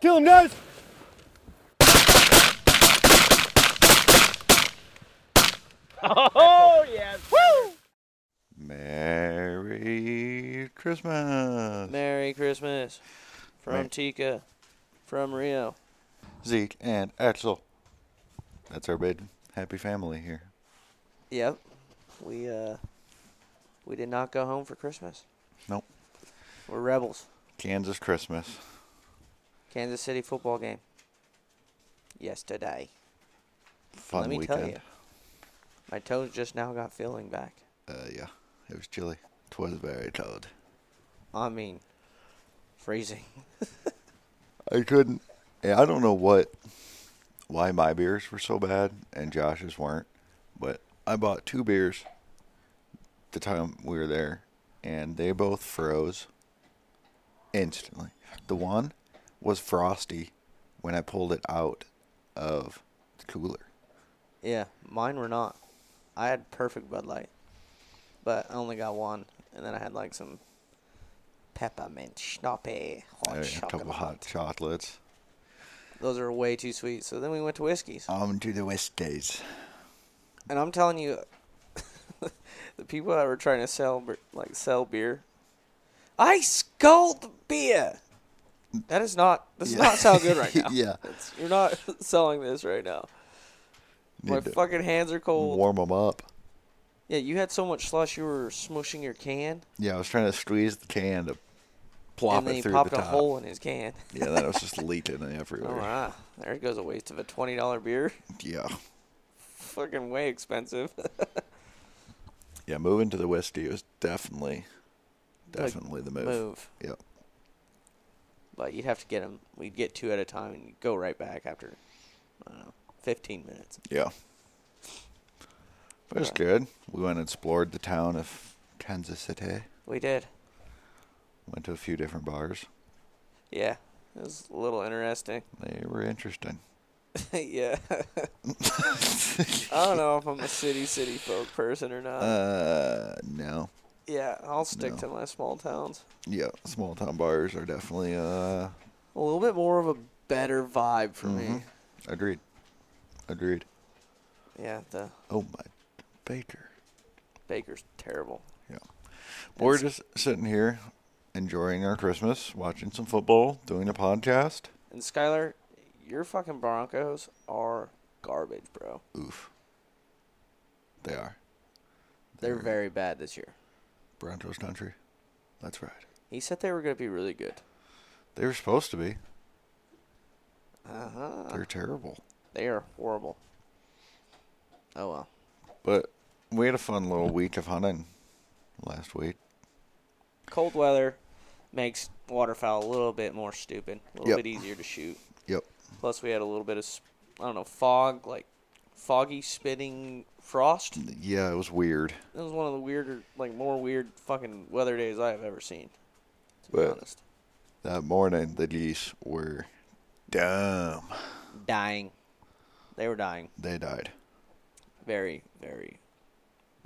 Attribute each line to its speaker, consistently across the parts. Speaker 1: Kill him, guys!
Speaker 2: Oh, yes. Woo!
Speaker 3: Merry Christmas.
Speaker 2: Merry Christmas from
Speaker 3: Right.
Speaker 2: Tika, from Rio.
Speaker 3: Zeke and Axel. That's our big happy family here.
Speaker 2: Yep. We uh we did not go home for Christmas.
Speaker 3: Nope.
Speaker 2: We're rebels.
Speaker 3: Kansas Christmas.
Speaker 2: Kansas City football game. Yesterday.
Speaker 3: Fun
Speaker 2: Let me
Speaker 3: weekend.
Speaker 2: tell you. My toes just now got feeling back.
Speaker 3: Uh, yeah, it was chilly. Twas very cold.
Speaker 2: I mean, freezing.
Speaker 3: I couldn't. Yeah, I don't know what, why my beers were so bad and Josh's weren't, but I bought two beers. The time we were there, and they both froze. Instantly, the one was frosty when I pulled it out of the cooler.
Speaker 2: Yeah, mine were not. I had perfect Bud Light, but I only got one, and then I had like some peppermint schnapps,
Speaker 3: I
Speaker 2: hot
Speaker 3: had a
Speaker 2: chocolate.
Speaker 3: couple hot chocolates.
Speaker 2: Those are way too sweet. So then we went to whiskeys,
Speaker 3: On to the whiskies.
Speaker 2: and I'm telling you, the people that were trying to sell ber- like sell beer, ice cold beer. That is not. This does
Speaker 3: Yeah.
Speaker 2: not sound good right now.
Speaker 3: Yeah.
Speaker 2: It's- you're not selling this right now. My
Speaker 3: Need to
Speaker 2: fucking hands are cold.
Speaker 3: warm them up.
Speaker 2: Yeah, you had so much slush you were smushing your can,
Speaker 3: Yeah, I was trying to squeeze the can to plop
Speaker 2: and then
Speaker 3: it
Speaker 2: he
Speaker 3: through
Speaker 2: popped
Speaker 3: the
Speaker 2: a
Speaker 3: top.
Speaker 2: hole in his can.
Speaker 3: Yeah, that was just leaking everywhere.
Speaker 2: All right, there goes a waste of a twenty dollar beer.
Speaker 3: Yeah.
Speaker 2: Fucking way expensive.
Speaker 3: Yeah, moving to the whiskey was definitely definitely the move.
Speaker 2: Move,
Speaker 3: Yep.
Speaker 2: but you'd have to get them. We'd get two at a time, and you'd go right back after, I don't know, fifteen minutes.
Speaker 3: Yeah. But it was good. We went and explored the town of Kansas City.
Speaker 2: We did.
Speaker 3: Went to a few different bars.
Speaker 2: Yeah, it was a little interesting.
Speaker 3: They were interesting.
Speaker 2: yeah, I don't know if I'm a city city folk person or not.
Speaker 3: Uh no.
Speaker 2: yeah, I'll stick
Speaker 3: no.
Speaker 2: to my small towns.
Speaker 3: Yeah, small town bars are definitely uh
Speaker 2: A little bit more of a better vibe for me.
Speaker 3: Mm-hmm. agreed. Agreed.
Speaker 2: Yeah, the
Speaker 3: Oh my baker.
Speaker 2: baker's terrible.
Speaker 3: Yeah. But we're just sitting here enjoying our Christmas, watching some football, doing a podcast.
Speaker 2: And Skylar, your fucking Broncos are garbage, bro.
Speaker 3: Oof. They are.
Speaker 2: They're
Speaker 3: Mm-hmm.
Speaker 2: very bad this year.
Speaker 3: Broncos country. That's right.
Speaker 2: He said they were going to be really good.
Speaker 3: They were supposed to be.
Speaker 2: Uh huh.
Speaker 3: They're terrible.
Speaker 2: They are horrible. Oh well.
Speaker 3: But we had a fun little week of hunting last week.
Speaker 2: Cold weather makes waterfowl a little bit more stupid, a little
Speaker 3: Yep.
Speaker 2: bit easier to shoot.
Speaker 3: Yep.
Speaker 2: Plus, we had a little bit of s- I don't know fog, like foggy spitting frost. It
Speaker 3: Yeah, it was weird.
Speaker 2: was one of the weirder, like more weird fucking weather days I have ever seen. To be
Speaker 3: Well.
Speaker 2: honest,
Speaker 3: That morning, the geese were dumb.
Speaker 2: dying. They were dying.
Speaker 3: They died.
Speaker 2: very, very,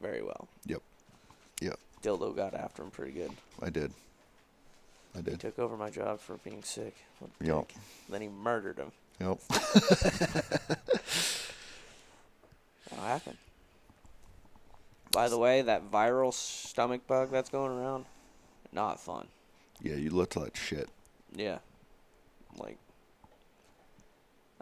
Speaker 2: very well.
Speaker 3: Yep. Yep.
Speaker 2: Dildo got after him pretty good.
Speaker 3: I did. I
Speaker 2: He
Speaker 3: did.
Speaker 2: took over my job for being sick. What a
Speaker 3: Yep.
Speaker 2: dick. Then he murdered him.
Speaker 3: Yep.
Speaker 2: That'll happen. By the way, that viral stomach bug that's going around, not fun.
Speaker 3: Yeah, you looked like shit.
Speaker 2: Yeah. Like,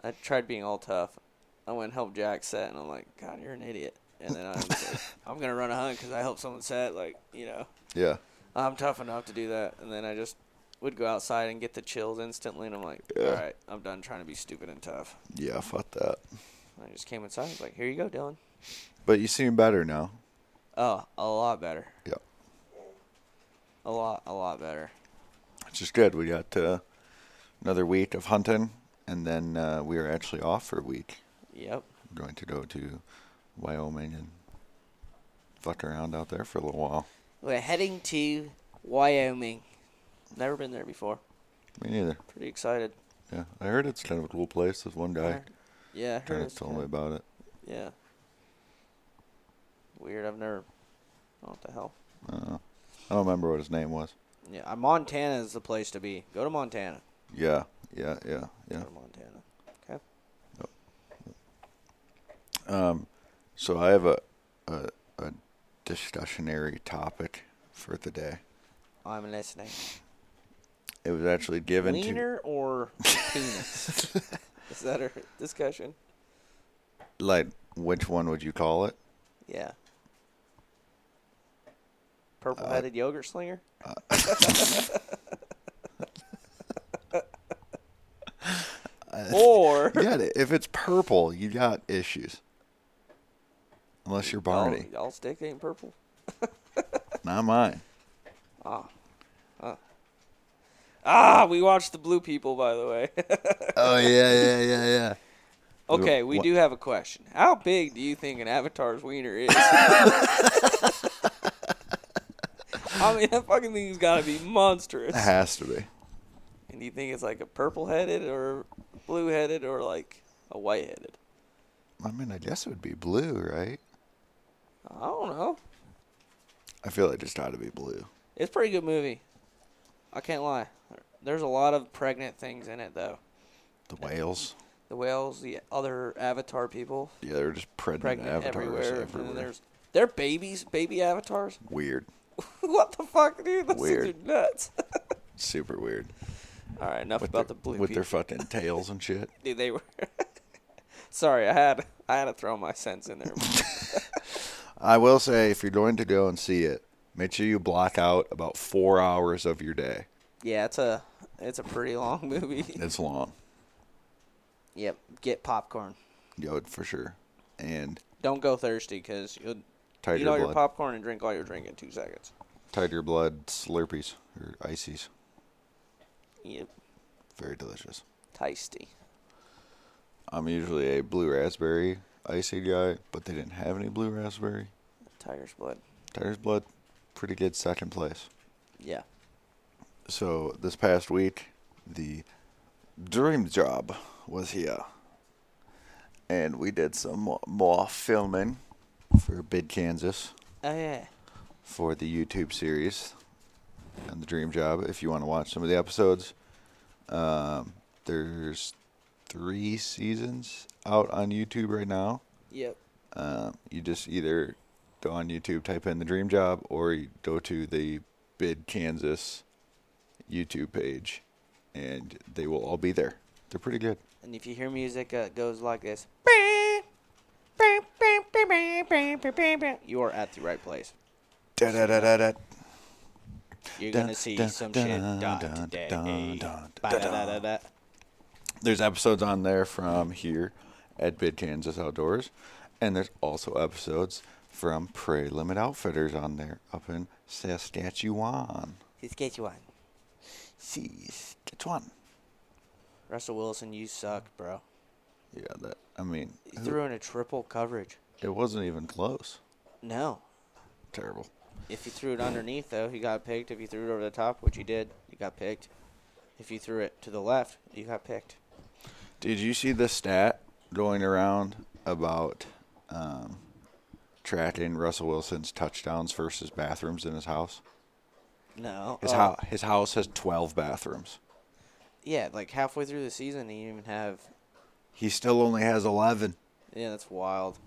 Speaker 2: I tried being all tough. I went and helped Jack set, and I'm like, God, you're an idiot. And then I'm like, I'm going to run a hunt because I helped someone set. Like, you know.
Speaker 3: Yeah.
Speaker 2: I'm tough enough to do that. And then I just would go outside and get the chills instantly. And I'm like,
Speaker 3: Yeah.
Speaker 2: all right, I'm done trying to be stupid and tough.
Speaker 3: Yeah, fuck that.
Speaker 2: And I just came inside. I was like, here you go, Dylan.
Speaker 3: But you seem better now.
Speaker 2: Oh, a lot better.
Speaker 3: Yep.
Speaker 2: A lot, a lot better.
Speaker 3: Which is good. We got uh, another week of hunting, and then uh, we are actually off for a week.
Speaker 2: Yep.
Speaker 3: We're going to go to Wyoming and fuck around out there for a little while.
Speaker 2: We're heading to Wyoming. Never been there before.
Speaker 3: Me neither.
Speaker 2: Pretty excited.
Speaker 3: Yeah, I heard it's kind of a cool place. This one guy
Speaker 2: Alright. Yeah, I heard
Speaker 3: kind of
Speaker 2: it's
Speaker 3: told
Speaker 2: kinda-
Speaker 3: me about it.
Speaker 2: Yeah. Weird. I've never. What the hell?
Speaker 3: Uh, I don't remember what his name was.
Speaker 2: Yeah, uh, Montana is the place to be. Go to Montana.
Speaker 3: Yeah, yeah, yeah, yeah.
Speaker 2: Go to Montana. Okay.
Speaker 3: Um, so I have a, a a discussionary topic for the day.
Speaker 2: I'm listening.
Speaker 3: It was actually given
Speaker 2: Wiener or penis? is that our discussion?
Speaker 3: to like which one would you call it?
Speaker 2: Yeah. Purple headed yogurt slinger? or
Speaker 3: You got it. If it's purple, you got issues. Unless you're
Speaker 2: y'all,
Speaker 3: Barney,
Speaker 2: y'all stick ain't purple?
Speaker 3: not mine.
Speaker 2: Ah, we watched the blue people by the way.
Speaker 3: Oh yeah, yeah, yeah, yeah.
Speaker 2: okay,
Speaker 3: wa-
Speaker 2: we do have a question. How big do you think an avatar's wiener is? I mean that fucking thing's gotta be monstrous.
Speaker 3: It has to be.
Speaker 2: And do you think it's like a purple headed or blue headed or like a white headed?
Speaker 3: I mean, I guess it would be blue, right?
Speaker 2: I don't know.
Speaker 3: I feel it just ought to be blue.
Speaker 2: It's a pretty good movie. I can't lie. There's a lot of pregnant things in it though.
Speaker 3: The whales.
Speaker 2: The whales, the other avatar people,
Speaker 3: Yeah, they're just pregnant,
Speaker 2: pregnant
Speaker 3: avatars
Speaker 2: everywhere.
Speaker 3: everywhere.
Speaker 2: And then there's they're babies, baby avatars.
Speaker 3: Weird.
Speaker 2: what the fuck, dude? Those
Speaker 3: Weird.
Speaker 2: things are nuts.
Speaker 3: Super weird.
Speaker 2: All right, enough
Speaker 3: With
Speaker 2: about
Speaker 3: their,
Speaker 2: the blue
Speaker 3: with
Speaker 2: people.
Speaker 3: their fucking tails and shit.
Speaker 2: Dude, they were. Sorry, I had I had to throw my sense in there.
Speaker 3: I will say, if you're going to go and see it, make sure you block out about four hours of your day.
Speaker 2: yeah, it's a it's a pretty long movie.
Speaker 3: It's long,
Speaker 2: yep, get popcorn.
Speaker 3: yo, for sure. And
Speaker 2: Don't go thirsty because you'll
Speaker 3: Tiger
Speaker 2: eat all your
Speaker 3: blood.
Speaker 2: popcorn and drink all your drink in two seconds.
Speaker 3: tiger blood slurpees or ices,
Speaker 2: Yep,
Speaker 3: very delicious.
Speaker 2: tasty.
Speaker 3: I'm usually a blue raspberry icy guy, but they didn't have any blue raspberry.
Speaker 2: Tiger's blood.
Speaker 3: Tiger's blood, pretty good second place.
Speaker 2: Yeah.
Speaker 3: So this past week, the dream job was here, and we did some mo- more filming for Bid Kansas
Speaker 2: Oh yeah.
Speaker 3: for the YouTube series and the dream job. If you want to watch some of the episodes, um, there's three seasons out on YouTube right now.
Speaker 2: Yep.
Speaker 3: Um, you just either go on YouTube, type in the dream job, or you go to the Bid Kansas YouTube page, and they will all be there. They're pretty good.
Speaker 2: And if you hear music, uh, it goes like this. You are at the right place.
Speaker 3: Da da da da da.
Speaker 2: You're
Speaker 3: Dun,
Speaker 2: gonna see
Speaker 3: dun,
Speaker 2: some
Speaker 3: dun,
Speaker 2: shit die
Speaker 3: dun,
Speaker 2: today.
Speaker 3: dun, dun,
Speaker 2: Ba-da-da-da-da.
Speaker 3: There's episodes on there from here at Bid Kansas Outdoors, and there's also episodes from Prairie Limit Outfitters on there up in Saskatchewan.
Speaker 2: Saskatchewan.
Speaker 3: Saskatchewan.
Speaker 2: Russell Wilson, you suck, bro.
Speaker 3: Yeah, that. I mean,
Speaker 2: You
Speaker 3: who-
Speaker 2: threw in a triple coverage.
Speaker 3: it wasn't even close.
Speaker 2: No.
Speaker 3: Terrible.
Speaker 2: If you threw it underneath, though, he got picked. If you threw it over the top, which you did, you got picked. If you threw it to the left, you got picked.
Speaker 3: Did you see the stat going around about um, tracking Russell Wilson's touchdowns versus bathrooms in his house?
Speaker 2: No.
Speaker 3: His,
Speaker 2: uh,
Speaker 3: hou- his house has 12 bathrooms.
Speaker 2: Yeah, like halfway through the season, he didn't even have.
Speaker 3: He still only has 11.
Speaker 2: Yeah, that's wild.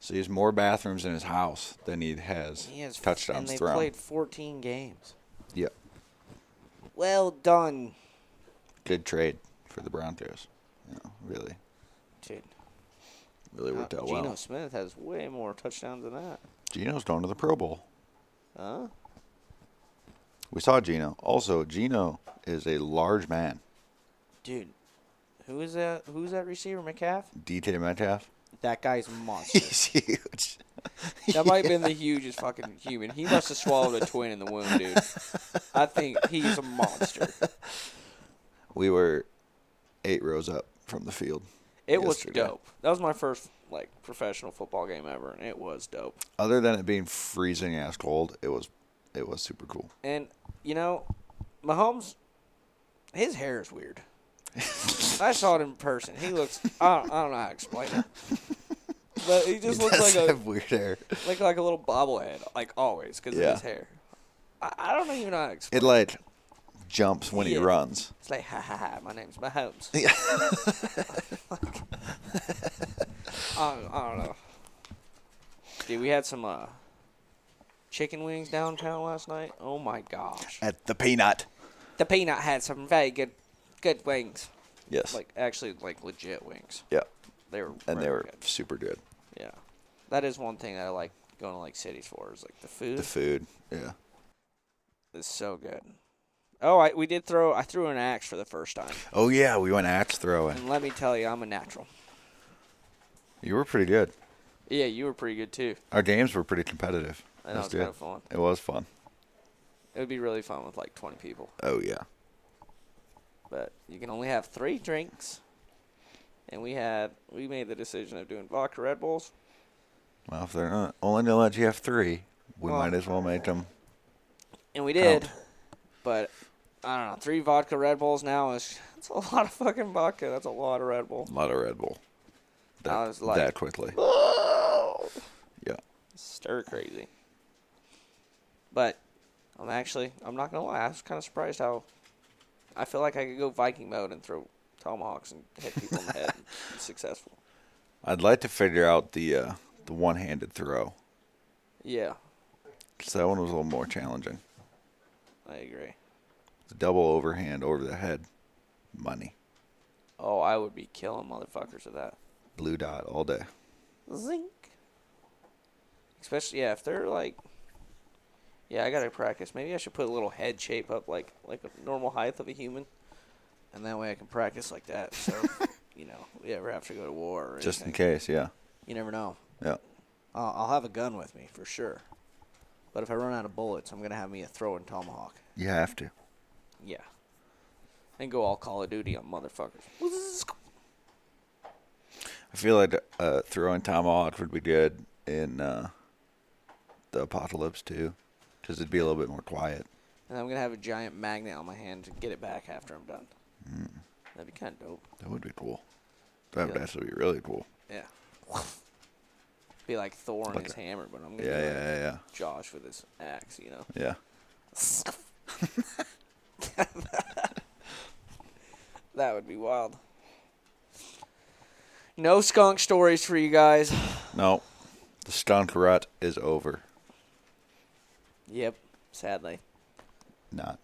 Speaker 3: So he has more bathrooms in his house than he has,
Speaker 2: He has f-
Speaker 3: touchdowns
Speaker 2: and they
Speaker 3: thrown.
Speaker 2: played 14 games.
Speaker 3: Yep.
Speaker 2: Well done,
Speaker 3: Good trade for the Broncos. Yeah, really,
Speaker 2: dude.
Speaker 3: really
Speaker 2: Uh,
Speaker 3: worked out
Speaker 2: Geno
Speaker 3: well.
Speaker 2: Smith has way more touchdowns than that.
Speaker 3: Geno's going to the Pro Bowl.
Speaker 2: Huh?
Speaker 3: We saw Geno. Also, Geno is a large man.
Speaker 2: Dude, who is that? Who's that receiver, McCaff?
Speaker 3: DK Metcalf.
Speaker 2: That guy's monster.
Speaker 3: He's huge.
Speaker 2: That might have been the hugest fucking human. He must have swallowed a twin in the womb, dude. I think he's a monster.
Speaker 3: We were eight rows up from the field.
Speaker 2: It was
Speaker 3: yesterday.
Speaker 2: dope. That was my first like professional football game ever, and it was dope.
Speaker 3: Other than it being freezing ass cold, it was it was super cool.
Speaker 2: And you know, Mahomes, his hair is weird. I saw it in person. He looks. I don't, I don't know how to explain it. But he just
Speaker 3: It
Speaker 2: looks
Speaker 3: does
Speaker 2: like a
Speaker 3: have weird hair.
Speaker 2: like like a little bobblehead, like always, because
Speaker 3: Yeah.
Speaker 2: of his hair. I, I don't even know how to explain.
Speaker 3: It like jumps when he
Speaker 2: Yeah.
Speaker 3: runs.
Speaker 2: It's like, ha ha ha, my name's Mahomes.
Speaker 3: Yeah.
Speaker 2: I, don't- I don't know. Dude, we had some uh, chicken wings downtown last night. Oh my gosh.
Speaker 3: At the peanut.
Speaker 2: The peanut had some very good, good wings.
Speaker 3: Yes.
Speaker 2: Like actually, like legit wings.
Speaker 3: yeah.
Speaker 2: They were
Speaker 3: And they
Speaker 2: really
Speaker 3: were
Speaker 2: good.
Speaker 3: super good.
Speaker 2: yeah. That is one thing that I like going to like cities for is like the food
Speaker 3: The food. Yeah.
Speaker 2: is so good. Oh, I we did throw. I threw an axe for the first time,
Speaker 3: Oh yeah, we went axe throwing.
Speaker 2: and let me tell you, I'm a natural.
Speaker 3: You were pretty good.
Speaker 2: Yeah, you were pretty good too.
Speaker 3: Our games were pretty competitive.
Speaker 2: I know
Speaker 3: That's
Speaker 2: it's kind
Speaker 3: good.
Speaker 2: of fun.
Speaker 3: It was fun.
Speaker 2: It would be really fun with like 20 people,
Speaker 3: Oh yeah.
Speaker 2: but you can only have three drinks. And we had we made the decision of doing vodka Red Bulls.
Speaker 3: Well, if they're not only gonna let you have three, we
Speaker 2: Well-
Speaker 3: might as well make them.
Speaker 2: And we did.
Speaker 3: Count.
Speaker 2: But I don't know, three vodka Red Bulls now is that's a lot of fucking vodka. That's a lot of Red Bull.
Speaker 3: A lot of Red Bull. That,
Speaker 2: I was like-
Speaker 3: that quickly. Yeah.
Speaker 2: Stir crazy. But I'm actually I'm not gonna lie, I was kinda surprised how I feel like I could go Viking mode and throw tomahawks and hit people in the head and be successful.
Speaker 3: I'd like to figure out the uh, the one handed throw.
Speaker 2: Yeah,
Speaker 3: 'cause that one was a little more challenging.
Speaker 2: I agree.
Speaker 3: The double overhand over the head, money,
Speaker 2: Oh, I would be killing motherfuckers with that.
Speaker 3: blue dot all day.
Speaker 2: Zinc. Especially yeah, if they're like Yeah, I gotta practice. Maybe I should put a little head shape up like like a normal height of a human. And that way I can practice like that. So you know, if we ever have to go to war or
Speaker 3: Just in
Speaker 2: anything.
Speaker 3: case, yeah,
Speaker 2: You never know.
Speaker 3: yeah.
Speaker 2: Uh, I'll have a gun with me for sure. But if I run out of bullets, I'm gonna have me a throwing tomahawk.
Speaker 3: You have to.
Speaker 2: Yeah. And go all Call of Duty on motherfuckers.
Speaker 3: I feel like uh, throwing tomahawk would be good in uh, the apocalypse too, because it'd be a little bit more quiet.
Speaker 2: And I'm gonna have a giant magnet on my hand to get it back after I'm done.
Speaker 3: Mm.
Speaker 2: That'd be kind of dope.
Speaker 3: That would be cool. That would
Speaker 2: Yeah.
Speaker 3: actually be really cool.
Speaker 2: Yeah. Be like Thor and
Speaker 3: Like
Speaker 2: his
Speaker 3: a-
Speaker 2: hammer, but I'm
Speaker 3: Yeah,
Speaker 2: gonna
Speaker 3: yeah,
Speaker 2: be like
Speaker 3: yeah, yeah.
Speaker 2: Josh with his axe, you know.
Speaker 3: yeah.
Speaker 2: That would be wild. No skunk stories for you guys.
Speaker 3: No, the skunk rut is over.
Speaker 2: Yep, sadly.
Speaker 3: Not.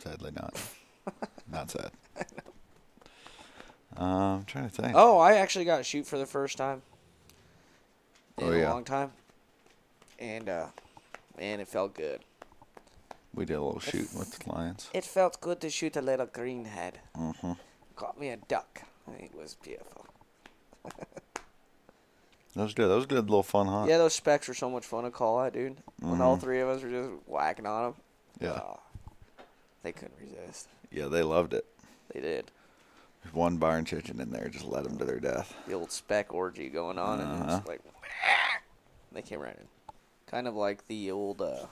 Speaker 3: Sadly, not. not sad. Um, I'm trying to think.
Speaker 2: Oh, I actually got to shoot for the first time in
Speaker 3: Oh,
Speaker 2: a
Speaker 3: yeah.
Speaker 2: long time, and uh, man, it felt good.
Speaker 3: We did a little shooting with the lions.
Speaker 2: It felt good to shoot a little green head.
Speaker 3: Mm-hmm.
Speaker 2: Caught me a duck. It was beautiful.
Speaker 3: That was good. That was a good little fun hunt.
Speaker 2: Yeah, those specs were so much fun to call out, dude. When all three of us were just whacking on them.
Speaker 3: Mm-hmm. Yeah.
Speaker 2: they couldn't resist.
Speaker 3: Yeah, they loved it.
Speaker 2: They did.
Speaker 3: There's one barn chicken in there. Just led them to their death.
Speaker 2: The old spec orgy going on, and it was
Speaker 3: Uh-huh.
Speaker 2: like, they came right in. Kind of like the old, uh,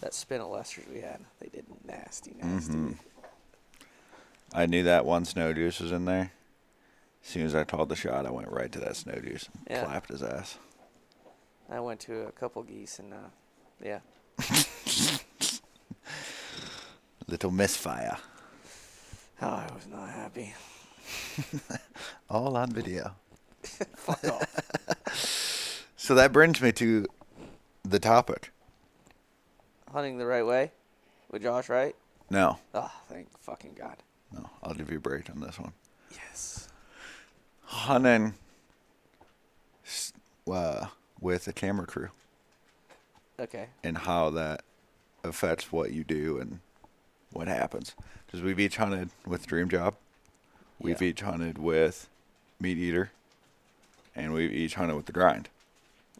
Speaker 2: that spin of Lester's we had. They did nasty, nasty.
Speaker 3: Mm-hmm. I knew that one snow juice was in there. As soon as I called the shot, I went right to that snow juice and
Speaker 2: Yeah.
Speaker 3: clapped his ass.
Speaker 2: I went to a couple geese, and, uh, yeah.
Speaker 3: Little misfire.
Speaker 2: Oh, I was not happy.
Speaker 3: All on video.
Speaker 2: Fuck off.
Speaker 3: So that brings me to the topic.
Speaker 2: Hunting the right way with Josh, right?
Speaker 3: No,
Speaker 2: Oh, thank fucking God.
Speaker 3: no, I'll give you a break on this one.
Speaker 2: Yes.
Speaker 3: Hunting s- uh, with a camera crew.
Speaker 2: Okay.
Speaker 3: and how that affects what you do and what happens. Because we've each hunted with Dream Job, we've
Speaker 2: Yeah.
Speaker 3: each hunted with Meat Eater, and we've each hunted with the Grind.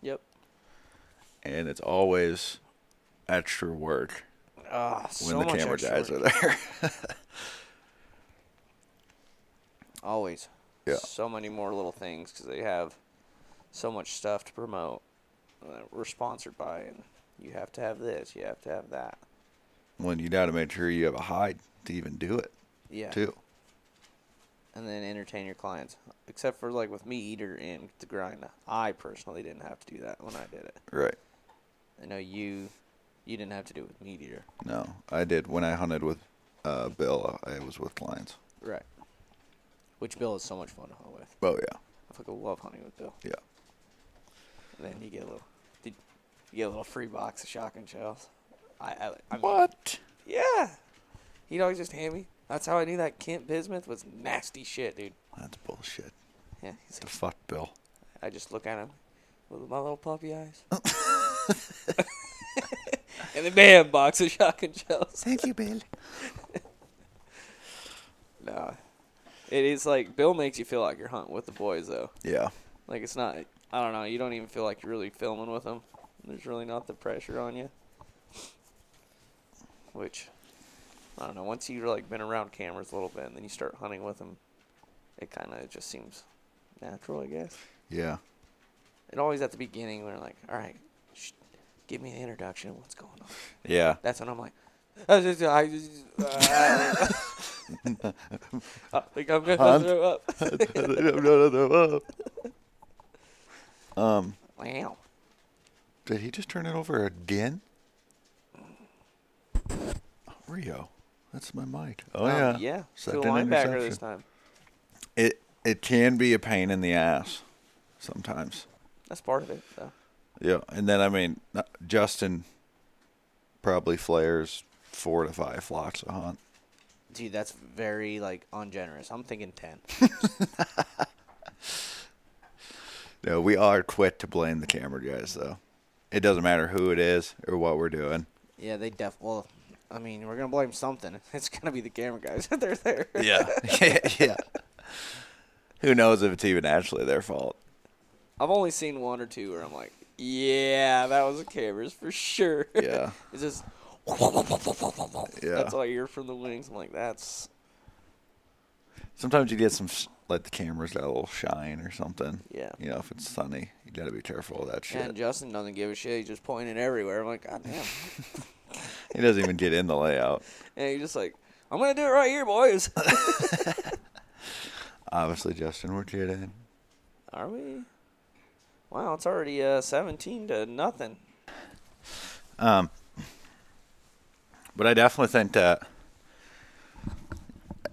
Speaker 2: Yep.
Speaker 3: And it's always extra work
Speaker 2: Oh,
Speaker 3: when
Speaker 2: so
Speaker 3: the
Speaker 2: much
Speaker 3: camera
Speaker 2: extra
Speaker 3: guys
Speaker 2: work.
Speaker 3: are there.
Speaker 2: Always.
Speaker 3: Yeah.
Speaker 2: So many more little things because they have so much stuff to promote. Uh, we're sponsored by, and you have to have this, you have to have that.
Speaker 3: when you got to make sure you have a hide to even do it,
Speaker 2: Yeah.
Speaker 3: too.
Speaker 2: And then entertain your clients. Except for like with me, Eater and the grind. I personally didn't have to do that when I did it.
Speaker 3: Right.
Speaker 2: I know you, You didn't have to do it with meat eater.
Speaker 3: No, I did when I hunted with uh, Bill. I was with lions.
Speaker 2: Right. Which Bill is so much fun to hunt with.
Speaker 3: Oh yeah,
Speaker 2: I fucking love hunting with Bill.
Speaker 3: yeah.
Speaker 2: And then you get a little, did you get a little free box of shotgun shells. I, I, I mean,
Speaker 3: What?
Speaker 2: Yeah. He'd always just hand me. That's how I knew that Kent Bismuth was nasty shit, dude.
Speaker 3: That's bullshit.
Speaker 2: Yeah, he's
Speaker 3: The
Speaker 2: like,
Speaker 3: fuck, Bill.
Speaker 2: I just look at him with my little puppy eyes. and then bam, box of shotgun shells.
Speaker 3: Thank you, Bill.
Speaker 2: Nah. It is like Bill makes you feel like you're hunting with the boys though.
Speaker 3: Yeah,
Speaker 2: Like it's not I don't know, you don't even feel like you're really filming with them. There's really not the pressure on you. Which I don't know, once you've like been around cameras a little bit and then you start hunting with them, it kind of just seems natural, I guess.
Speaker 3: yeah.
Speaker 2: And always at the beginning we're like, "All right, sh- give me the introduction, what's going on?"
Speaker 3: Yeah.
Speaker 2: That's when I'm like, I just, I just, uh, I think I'm gonna
Speaker 3: Hunt.
Speaker 2: throw up.
Speaker 3: um,
Speaker 2: Wow.
Speaker 3: did he just turn it over again? Rio, that's my mic. Oh
Speaker 2: Um,
Speaker 3: yeah,
Speaker 2: Yeah. To the
Speaker 3: Second
Speaker 2: linebacker
Speaker 3: interception.
Speaker 2: this time.
Speaker 3: It it can be a pain in the ass sometimes.
Speaker 2: That's part of it, though.
Speaker 3: Yeah, and then I mean not- Justin probably flares four to five flocks a hunt.
Speaker 2: Dude, that's very like ungenerous. I'm thinking ten.
Speaker 3: No, we are quit to blame the camera guys though. It doesn't matter who it is or what we're doing.
Speaker 2: yeah, they def. Well, I mean, we're gonna blame something. It's gonna be the camera guys that they're there.
Speaker 3: Yeah, yeah. Who knows if it's even actually their fault?
Speaker 2: I've only seen one or two where I'm like, yeah, that was the cameras for sure.
Speaker 3: Yeah.
Speaker 2: it's just.
Speaker 3: Yeah.
Speaker 2: That's all I hear from the wings. I'm like, that's
Speaker 3: Sometimes you get some s- like the cameras got a little shine or something.
Speaker 2: Yeah.
Speaker 3: You know, if it's sunny, you gotta be careful of that
Speaker 2: And
Speaker 3: shit.
Speaker 2: Justin doesn't give a shit. He's just pointing everywhere. I'm like, God damn.
Speaker 3: He doesn't even get in the layout.
Speaker 2: and he's just like, I'm going to do it right here, boys.
Speaker 3: Obviously, Justin, we're kidding.
Speaker 2: Are we? Wow, it's already uh, 17 to nothing.
Speaker 3: Um, but I definitely think that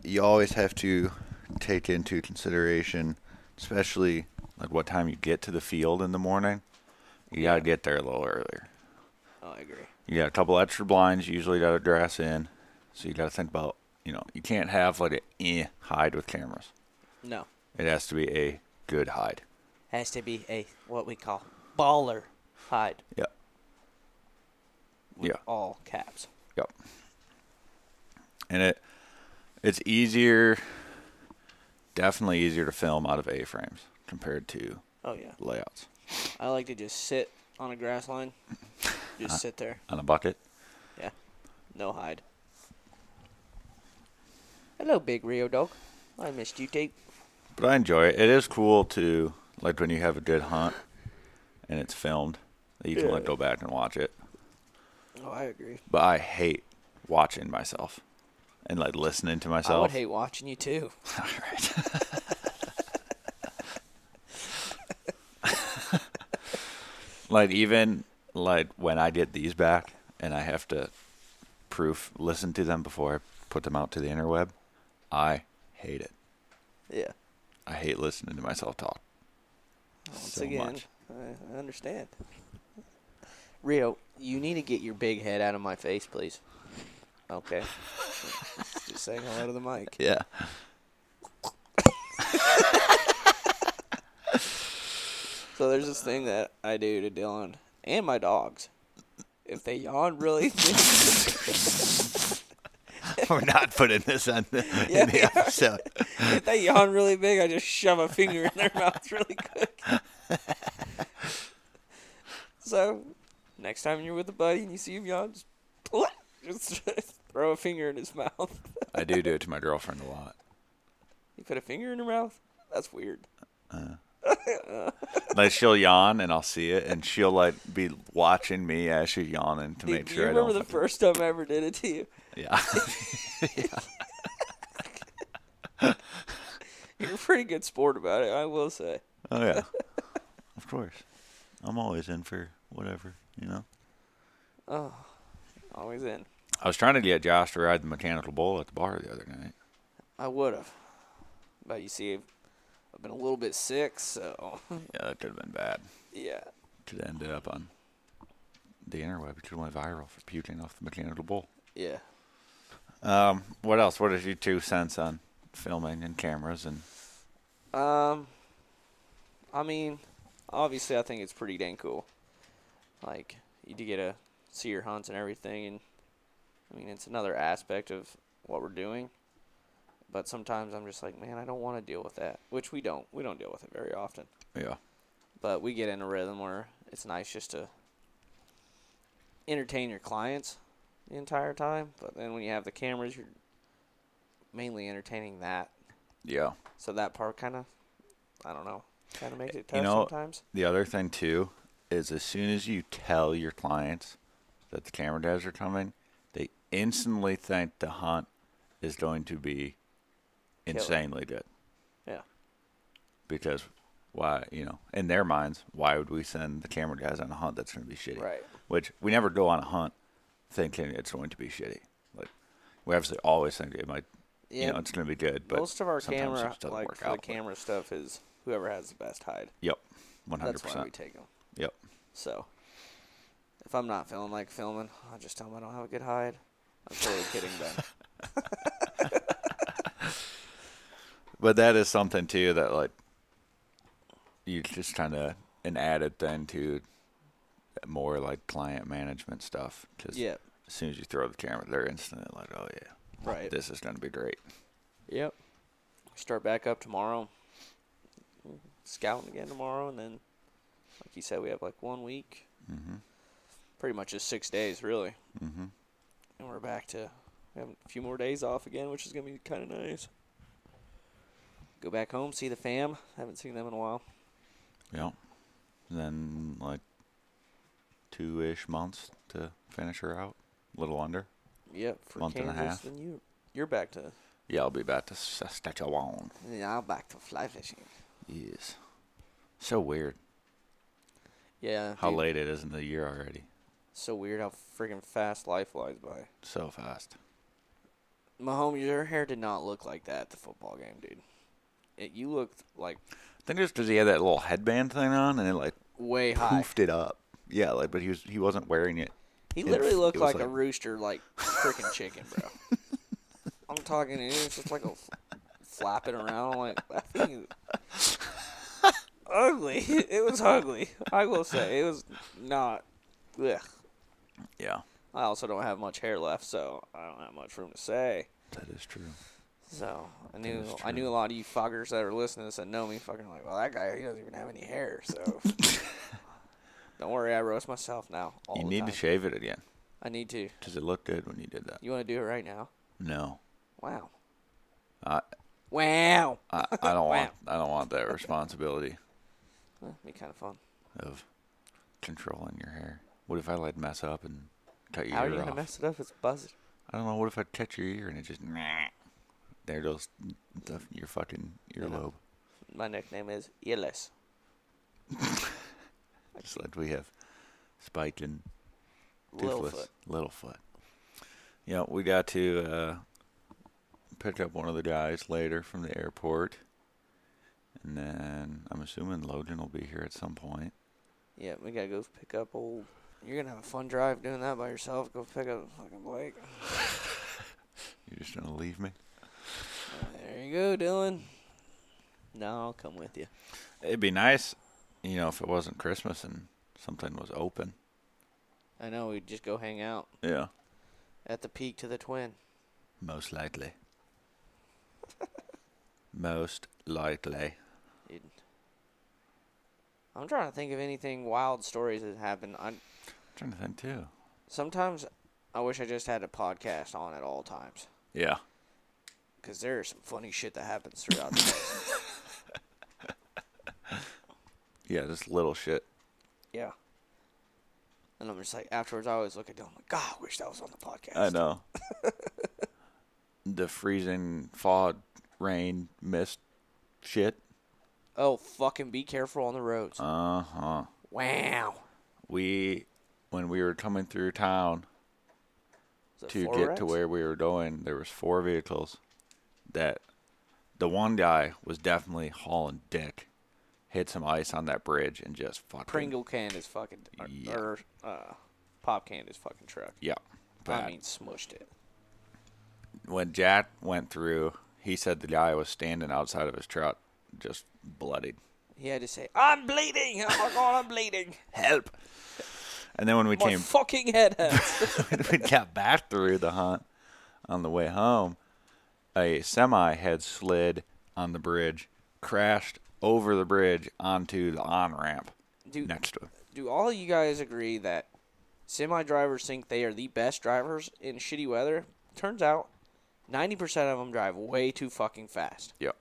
Speaker 3: you always have to take into consideration, especially like what time you get to the field in the morning. You gotta get there a little earlier.
Speaker 2: Oh, I agree.
Speaker 3: You got a couple extra blinds you usually gotta dress in, so you gotta think about you know you can't have like a eh hide with cameras.
Speaker 2: No.
Speaker 3: It has to be a good hide.
Speaker 2: Has to be a what we call baller hide.
Speaker 3: Yep. Yeah.
Speaker 2: All caps.
Speaker 3: Yep. And it it's easier definitely easier to film out of A frames compared to
Speaker 2: Oh, yeah.
Speaker 3: layouts.
Speaker 2: I like to just sit on a grass line,
Speaker 3: Uh-huh.
Speaker 2: just sit there.
Speaker 3: On a bucket.
Speaker 2: Yeah. No hide. Hello, big Rio dog. I missed you, Tate.
Speaker 3: But I enjoy it. It is cool to like when you have a good hunt and it's filmed that you can like
Speaker 2: Yeah.
Speaker 3: go back and watch it.
Speaker 2: Oh, I agree.
Speaker 3: But I hate watching myself and like listening to
Speaker 2: I would
Speaker 3: myself.
Speaker 2: hate watching you, too.
Speaker 3: All right. like even like when I get these back and I have to proof listen to them before I put them out to the interweb, I hate it.
Speaker 2: Yeah.
Speaker 3: I hate listening to myself talk.
Speaker 2: Once
Speaker 3: so
Speaker 2: again,
Speaker 3: much.
Speaker 2: I- I understand. Rio, you need to get your big head out of my face, please. Okay. Just saying hello to the mic.
Speaker 3: Yeah.
Speaker 2: So there's this thing that I do to Dylan and my dogs. If they yawn really thick,
Speaker 3: We're not putting this on the,
Speaker 2: Yeah,
Speaker 3: in
Speaker 2: we
Speaker 3: the
Speaker 2: are.
Speaker 3: episode.
Speaker 2: if they yawn really big, I just shove a finger in their mouth really quick. so next time you're with a buddy and you see him yawn, just, just throw a finger in his mouth.
Speaker 3: I do do it to my girlfriend a lot.
Speaker 2: You put a finger in her mouth? That's weird.
Speaker 3: Like she'll yawn and I'll see it, and she'll like be watching me as she's yawning to
Speaker 2: Dude,
Speaker 3: make
Speaker 2: do
Speaker 3: sure
Speaker 2: you
Speaker 3: I
Speaker 2: remember
Speaker 3: don't.
Speaker 2: the first time I ever did it to you?
Speaker 3: yeah.
Speaker 2: You're a pretty good sport about it, I will say.
Speaker 3: Oh yeah, of course. I'm always in for whatever, you know.
Speaker 2: Oh, Always in.
Speaker 3: I was trying to get Josh to ride the mechanical bull at the bar the other night.
Speaker 2: I would have. But you see, I've been a little bit sick, so
Speaker 3: Yeah, that could have been bad.
Speaker 2: yeah.
Speaker 3: Could have ended up on the interweb. It could have went viral for puking off the mechanical bull.
Speaker 2: Yeah.
Speaker 3: Um, what else? What is your two cents on filming and cameras and
Speaker 2: Um, I mean, obviously, I think it's pretty dang cool. Like, you do get to see your hunts and everything, and I mean, it's another aspect of what we're doing. But sometimes I'm just like, man, I don't want to deal with that, which we don't. We don't deal with it very often.
Speaker 3: yeah,
Speaker 2: But we get in a rhythm where it's nice just to entertain your clients the entire time. But then when you have the cameras, you're mainly entertaining that
Speaker 3: yeah.
Speaker 2: so that part kind of, I don't know, kind of makes it tough
Speaker 3: Eh, You know-
Speaker 2: sometimes.
Speaker 3: The other thing too is as soon as you tell your clients that the camera guys are coming, they instantly think the hunt is going to be
Speaker 2: Killer.
Speaker 3: insanely good.
Speaker 2: Yeah.
Speaker 3: Because why you know, in their minds, why would we send the camera guys on a hunt that's gonna be shitty?
Speaker 2: Right.
Speaker 3: Which we never go on a hunt thinking it's going to be shitty. Like we obviously always think it might
Speaker 2: Yeah.
Speaker 3: you know, it's gonna be good, but
Speaker 2: most of our
Speaker 3: sometimes it
Speaker 2: camera,
Speaker 3: just doesn't
Speaker 2: like
Speaker 3: work
Speaker 2: for the
Speaker 3: out.
Speaker 2: camera stuff, is whoever has the best hide.
Speaker 3: Yep. One hundred
Speaker 2: That's why we
Speaker 3: percent.
Speaker 2: take them.
Speaker 3: Yep.
Speaker 2: So, if I'm not feeling like filming, I'll just tell them I don't have a good hide. I'm totally kidding, Ben.
Speaker 3: But that is something too that like you just kind of an added thing to more like client management stuff. Cause
Speaker 2: Yeah.
Speaker 3: As soon as you throw the camera, they're instantly like, "Oh yeah,
Speaker 2: Right.
Speaker 3: this is gonna be great."
Speaker 2: Yep. Start back up tomorrow. Scouting again tomorrow, and then, like you said, we have like one week.
Speaker 3: Mm-hmm.
Speaker 2: Pretty much just six days, really.
Speaker 3: Mm-hmm.
Speaker 2: and we're back to we have a few more days off again, which is gonna be kind of nice. Go back home, see the fam. Haven't seen them in a while.
Speaker 3: Yeah. And then like two ish months to finish her out, a little under.
Speaker 2: Yep, for
Speaker 3: Month and a
Speaker 2: Kansas,
Speaker 3: half.
Speaker 2: Then you you're back to
Speaker 3: Yeah, I'll be back to Saskatchewan.
Speaker 2: yeah, I'm back to fly fishing.
Speaker 3: Yes. So weird.
Speaker 2: Yeah,
Speaker 3: How
Speaker 2: dude,
Speaker 3: late it is in the year already.
Speaker 2: So weird how freaking fast life flies by.
Speaker 3: So fast.
Speaker 2: Mahomes, your hair did not look like that at the football game, dude. It, you looked like
Speaker 3: think it's because he had that little headband thing on, and it like
Speaker 2: way high.
Speaker 3: poofed it up. Yeah, like, but he was he wasn't wearing it.
Speaker 2: He
Speaker 3: It-
Speaker 2: literally looked
Speaker 3: it was
Speaker 2: like, a
Speaker 3: like-
Speaker 2: rooster, like freaking chicken, bro. I'm talking, and it's just like a f- flapping around. I'm like that thing is ugly. It was ugly. I will say it was not. Ugh.
Speaker 3: Yeah,
Speaker 2: I also don't have much hair left, so I don't have much room to say.
Speaker 3: that is true.
Speaker 2: So I knew
Speaker 3: is
Speaker 2: I knew a
Speaker 3: true.
Speaker 2: lot of you fuckers that are listening to this that know me fucking like, well, that guy he doesn't even have any hair. So don't worry, I roast myself now. All
Speaker 3: you
Speaker 2: the
Speaker 3: need
Speaker 2: time.
Speaker 3: to shave it again.
Speaker 2: I need to.
Speaker 3: Does it look good when you did that?
Speaker 2: You want to do it right now?
Speaker 3: No,
Speaker 2: Wow.
Speaker 3: I
Speaker 2: Wow.
Speaker 3: I, I don't want I don't want that responsibility
Speaker 2: That'd be kind of fun.
Speaker 3: of controlling your hair. What if I like mess up and cut your
Speaker 2: How are
Speaker 3: ear
Speaker 2: you
Speaker 3: off?
Speaker 2: gonna mess it up? It's buzzed.
Speaker 3: I don't know. What if I cut your ear and it just there goes the, your fucking earlobe,
Speaker 2: My nickname is Earless.
Speaker 3: just like we have Spike and
Speaker 2: Littlefoot.
Speaker 3: Toothless Littlefoot. Yeah, we got to uh, pick up one of the guys later from the airport. And then I'm assuming Logan will be here at some point.
Speaker 2: Yeah, we gotta go pick up old. You're gonna have a fun drive doing that by yourself. Go pick up fucking Blake.
Speaker 3: You're just going to leave me?
Speaker 2: There you go, Dylan. No, I'll come with you.
Speaker 3: It'd be nice, you know, if it wasn't Christmas and something was open.
Speaker 2: I know we'd just go hang out
Speaker 3: Yeah.
Speaker 2: at the peak to the twin.
Speaker 3: Most likely. Most likely.
Speaker 2: Dude. I'm trying to think of anything wild stories that happened. I
Speaker 3: trying to think, too.
Speaker 2: sometimes I wish I just had a podcast on at all times.
Speaker 3: Yeah.
Speaker 2: Because there's some funny shit that happens throughout the day.
Speaker 3: Yeah, just little shit.
Speaker 2: Yeah. And I'm just like, afterwards, I always look at Dylan like, God, I wish that was on the podcast.
Speaker 3: I know. the freezing fog, rain, mist, shit.
Speaker 2: Oh, fucking be careful on the roads.
Speaker 3: Uh huh.
Speaker 2: wow.
Speaker 3: We, when we were coming through town,
Speaker 2: Is it
Speaker 3: to
Speaker 2: four
Speaker 3: get
Speaker 2: wrecks?
Speaker 3: to where we were going, there was four vehicles that the one guy was definitely hauling dick, hit some ice on that bridge and just fucking
Speaker 2: Pringle can is fucking or,
Speaker 3: Yeah.
Speaker 2: or, uh, pop can is fucking truck.
Speaker 3: Yeah.
Speaker 2: I
Speaker 3: That.
Speaker 2: mean, smushed it.
Speaker 3: when Jack went through, he said the guy was standing outside of his truck just bloodied.
Speaker 2: He had to say, "I'm bleeding. Oh my god, I'm bleeding.
Speaker 3: Help. And then when we
Speaker 2: My
Speaker 3: came
Speaker 2: fucking head hurts."
Speaker 3: we got back through the hunt on the way home, a semi had slid on the bridge, crashed over the bridge onto the on ramp
Speaker 2: Dude.
Speaker 3: next to him.
Speaker 2: Do all of you guys agree that semi drivers think they are the best drivers in shitty weather? Turns out, ninety percent of them drive way too fucking fast.
Speaker 3: Yep.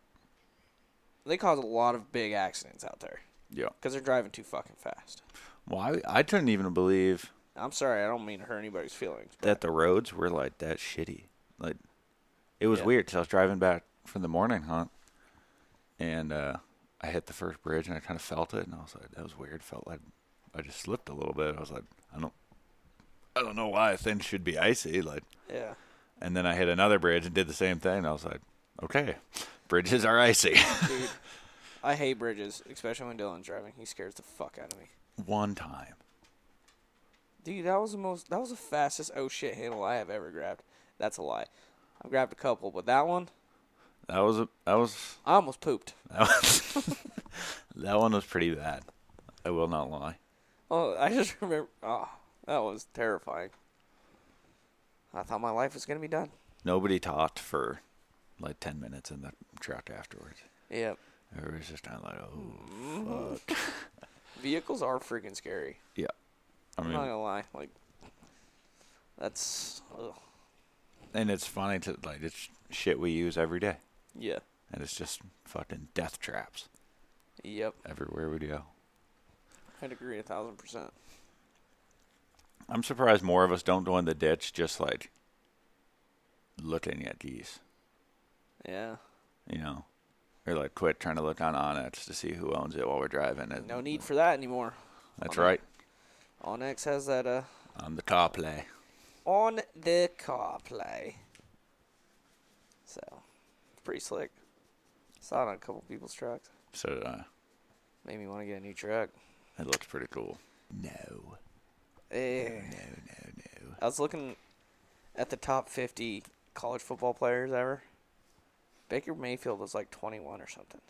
Speaker 2: They cause a lot of big accidents out there
Speaker 3: Yep.
Speaker 2: because they're driving too fucking fast.
Speaker 3: Well, I, I couldn't even believe
Speaker 2: I'm sorry, I don't mean to hurt anybody's feelings. But
Speaker 3: that the roads were like that shitty. Like, it was
Speaker 2: Yeah.
Speaker 3: weird 'cause I was driving back from the morning hunt, and uh, I hit the first bridge, and I kind of felt it, and I was like, "That was weird." Felt like I just slipped a little bit. I was like, "I don't, I don't know why things should be icy." Like,
Speaker 2: yeah,
Speaker 3: and then I hit another bridge and did the same thing. and I was like, "Okay, bridges are icy."
Speaker 2: dude, I hate bridges, especially when Dylan's driving. He scares the fuck out of me.
Speaker 3: One time,
Speaker 2: Dude, that was the most. That was the fastest oh shit handle I have ever grabbed. That's a lie. I've grabbed a couple, but that one,
Speaker 3: that was a, that was
Speaker 2: I almost pooped.
Speaker 3: that was that one was pretty bad. I will not lie.
Speaker 2: Oh, I just remember. Oh, that was terrifying. I thought my life was gonna be done.
Speaker 3: Nobody talked for like 10 minutes in the truck afterwards.
Speaker 2: Yeah,
Speaker 3: It was just kind of like, oh,
Speaker 2: vehicles are freaking scary.
Speaker 3: yeah. I
Speaker 2: I'm not
Speaker 3: mean,
Speaker 2: gonna lie. Like, that's ugh. oh.
Speaker 3: and it's funny to like, it's shit we use every day.
Speaker 2: yeah.
Speaker 3: And it's just fucking death traps
Speaker 2: Yep,
Speaker 3: everywhere we go.
Speaker 2: I'd agree a thousand percent.
Speaker 3: I'm surprised more of us don't go in the ditch just like looking at geese,
Speaker 2: Yeah,
Speaker 3: you know? Or like quit trying to look on Onyx to see who owns it while we're driving. And
Speaker 2: no need for that anymore.
Speaker 3: That's right.
Speaker 2: Onyx has that uh
Speaker 3: On the car play.
Speaker 2: on the car play. So, it's pretty slick. Saw it on a couple people's trucks.
Speaker 3: So uh,
Speaker 2: Made me want to get a new truck.
Speaker 3: it looks pretty cool. No.
Speaker 2: Eh.
Speaker 3: No, no, no.
Speaker 2: I was looking at the top 50 college football players ever. Baker Mayfield was like 21 or something.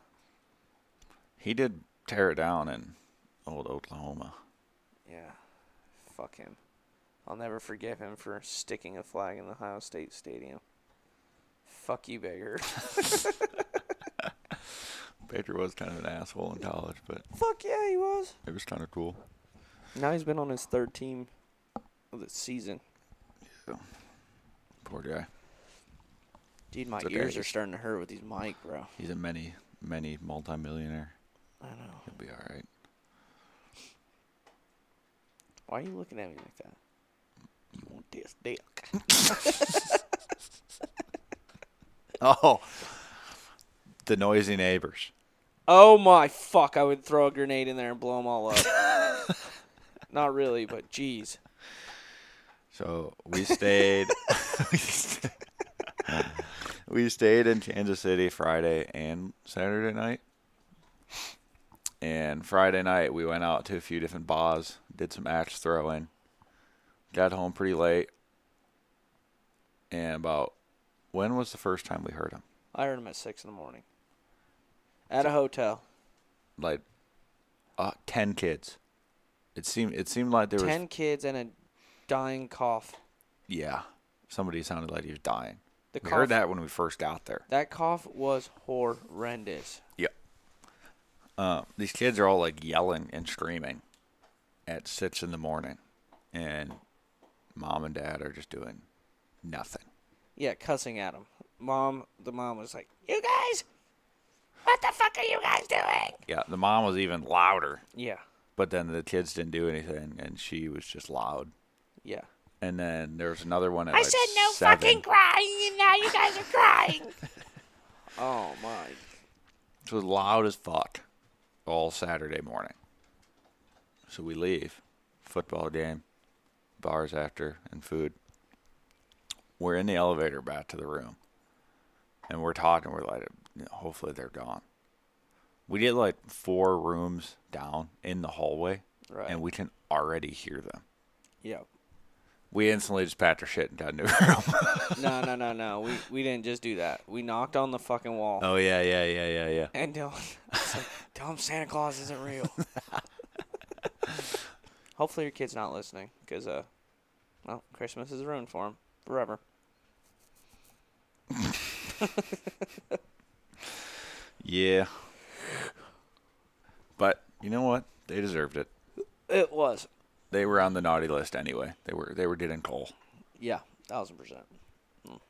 Speaker 3: He did tear it down in old Oklahoma.
Speaker 2: Yeah. Fuck him. I'll never forgive him for sticking a flag in the Ohio State Stadium. Fuck you, Baker.
Speaker 3: Baker was kind of an asshole in college, but
Speaker 2: Fuck yeah, he was.
Speaker 3: it was kind of cool.
Speaker 2: Now he's been on his third team of the season.
Speaker 3: Poor guy.
Speaker 2: Dude, my
Speaker 3: It's okay.
Speaker 2: ears are starting to hurt with these mic, bro.
Speaker 3: He's a many, many multimillionaire.
Speaker 2: I know.
Speaker 3: He'll be all right.
Speaker 2: Why are you looking at me like that? You want this dick?
Speaker 3: Oh, the noisy neighbors.
Speaker 2: Oh my fuck! I would throw a grenade in there and blow them all up. Not really, but geez.
Speaker 3: So we stayed. we st- we stayed in Kansas City Friday and Saturday night. And Friday night we went out to a few different bars, did some axe throwing, got home pretty late. And about when was the first time we heard him?
Speaker 2: I heard him at six in the morning. At a hotel.
Speaker 3: Like, uh, ten kids. It seemed it seemed like there was
Speaker 2: Ten kids and a dying cough.
Speaker 3: yeah. Somebody sounded like he was dying.
Speaker 2: The
Speaker 3: we
Speaker 2: cough.
Speaker 3: heard that when we first got there.
Speaker 2: That cough was horrendous.
Speaker 3: Yep. Uh, these kids are all like yelling and screaming at six in the morning, and mom and dad are just doing nothing.
Speaker 2: Yeah, cussing at him. Mom, the mom was like, "You guys, what the fuck are you guys doing?"
Speaker 3: Yeah, the mom was even louder,
Speaker 2: Yeah,
Speaker 3: but then the kids didn't do anything, and she was just loud.
Speaker 2: yeah.
Speaker 3: And then there was another one. At
Speaker 1: I
Speaker 3: like
Speaker 1: said no
Speaker 3: seven.
Speaker 1: fucking crying, and now you guys are crying.
Speaker 2: Oh my.
Speaker 3: It was loud as fuck all Saturday morning. So we leave. Football game, bars after, and food. We're in the elevator back to the room, and we're talking. We're like, hopefully they're gone. We get like four rooms down in the hallway,
Speaker 2: Right.
Speaker 3: and we can already hear them.
Speaker 2: Yeah.
Speaker 3: We instantly just packed our shit and got a new room.
Speaker 2: No, no, no, no. We we didn't just do that. We knocked on the fucking wall.
Speaker 3: oh yeah, yeah, yeah, yeah, yeah.
Speaker 2: And Dylan, I was like, tell him Santa Claus isn't real. Hopefully your kid's not listening, because uh, well, Christmas is ruined for him forever.
Speaker 3: Yeah. But you know what? They deserved it.
Speaker 2: It was.
Speaker 3: They were on the naughty list anyway. They were they were getting coal.
Speaker 2: Yeah, thousand percent. Mm.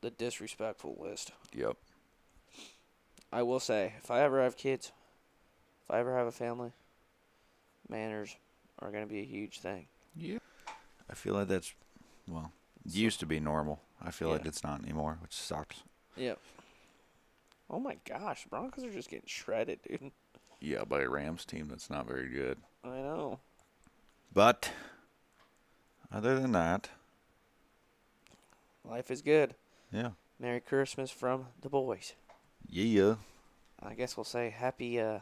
Speaker 2: The disrespectful list.
Speaker 3: Yep.
Speaker 2: I will say, if I ever have kids, if I ever have a family, manners are gonna be a huge thing.
Speaker 3: Yep. I feel like that's well, used to be normal. I feel like
Speaker 2: Yeah.
Speaker 3: it's not anymore, which sucks.
Speaker 2: Yep. Oh my gosh, Broncos are just getting shredded, dude.
Speaker 3: Yeah, by a Rams team that's not very good.
Speaker 2: I know.
Speaker 3: But other than that,
Speaker 2: Life is good.
Speaker 3: yeah.
Speaker 2: Merry Christmas from the boys.
Speaker 3: Yeah.
Speaker 2: I guess we'll say happy uh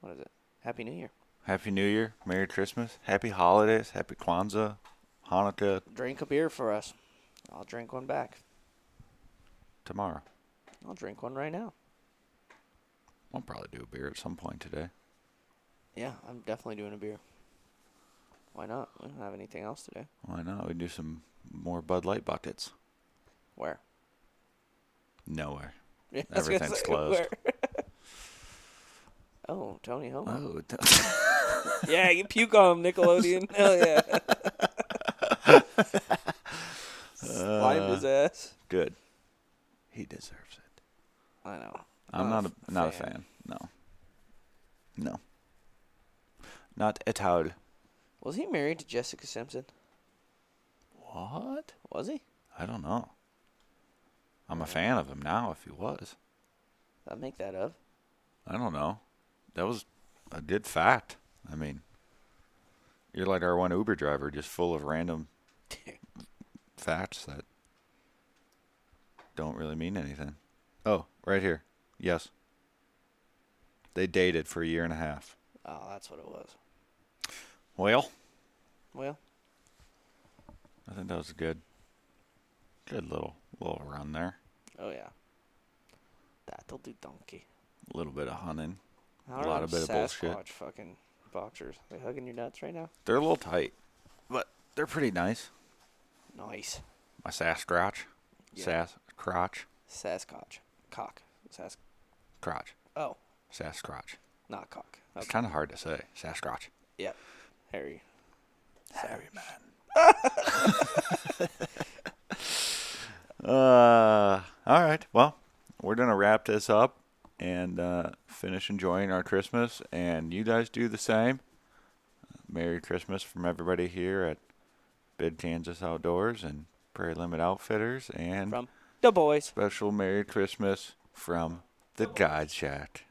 Speaker 2: what is it? Happy New Year.
Speaker 3: Happy New Year, Merry Christmas, Happy Holidays, Happy Kwanzaa, Hanukkah
Speaker 2: Drink a beer for us. I'll drink one back.
Speaker 3: tomorrow.
Speaker 2: I'll drink one right now.
Speaker 3: I'll probably do a beer at some point today.
Speaker 2: Yeah, I'm definitely doing a beer. Why not? We don't have anything else to do.
Speaker 3: Why not? We do some more Bud Light buckets.
Speaker 2: Where?
Speaker 3: Nowhere.
Speaker 2: Yeah, I was gonna
Speaker 3: Everything's
Speaker 2: say,
Speaker 3: closed.
Speaker 2: oh, Tony Homo.
Speaker 3: Oh,
Speaker 2: yeah, you puke on him, Nickelodeon. Hell yeah. Slimed
Speaker 3: Uh.
Speaker 2: his ass.
Speaker 3: good. He deserves it.
Speaker 2: I know.
Speaker 3: I'm
Speaker 2: Not
Speaker 3: not
Speaker 2: a
Speaker 3: a not a
Speaker 2: fan.
Speaker 3: fan. No. No. Not at all.
Speaker 2: Was he married to Jessica Simpson?
Speaker 3: What?
Speaker 2: Was he?
Speaker 3: I don't know. I'm a fan of him now. If he was,
Speaker 2: Did I make that up.
Speaker 3: I don't know. That was a good fact. I mean, you're like our one Uber driver, just full of random facts that don't really mean anything. Oh, right here. Yes. They dated for a year and a half.
Speaker 2: Oh, that's what it was.
Speaker 3: Well,
Speaker 2: Well,
Speaker 3: I think that was a good, good little little run there.
Speaker 2: oh yeah. That'll do donkey.
Speaker 3: A little bit of hunting.
Speaker 2: How are
Speaker 3: lot
Speaker 2: them
Speaker 3: of bit of bullshit.
Speaker 2: Sasquatch fucking boxers. They hugging your nuts right now?
Speaker 3: They're a little tight, but they're pretty nice.
Speaker 2: Nice.
Speaker 3: My Sasquatch,
Speaker 2: Yeah.
Speaker 3: Sas crotch,
Speaker 2: Sasquatch. Cock. Sas.
Speaker 3: crotch,
Speaker 2: Oh,
Speaker 3: Sasquatch.
Speaker 2: not cock.
Speaker 3: It's
Speaker 2: Okay.
Speaker 3: kind of hard to say. Sasquatch.
Speaker 2: Yep. Harry.
Speaker 3: Harry man. uh, all right. Well, we're gonna wrap this up and uh, finish enjoying our Christmas, and you guys do the same. Merry Christmas from everybody here at Bid Kansas Outdoors and Prairie Limit Outfitters, and
Speaker 2: From the boys.
Speaker 3: special Merry Christmas from the God Shack.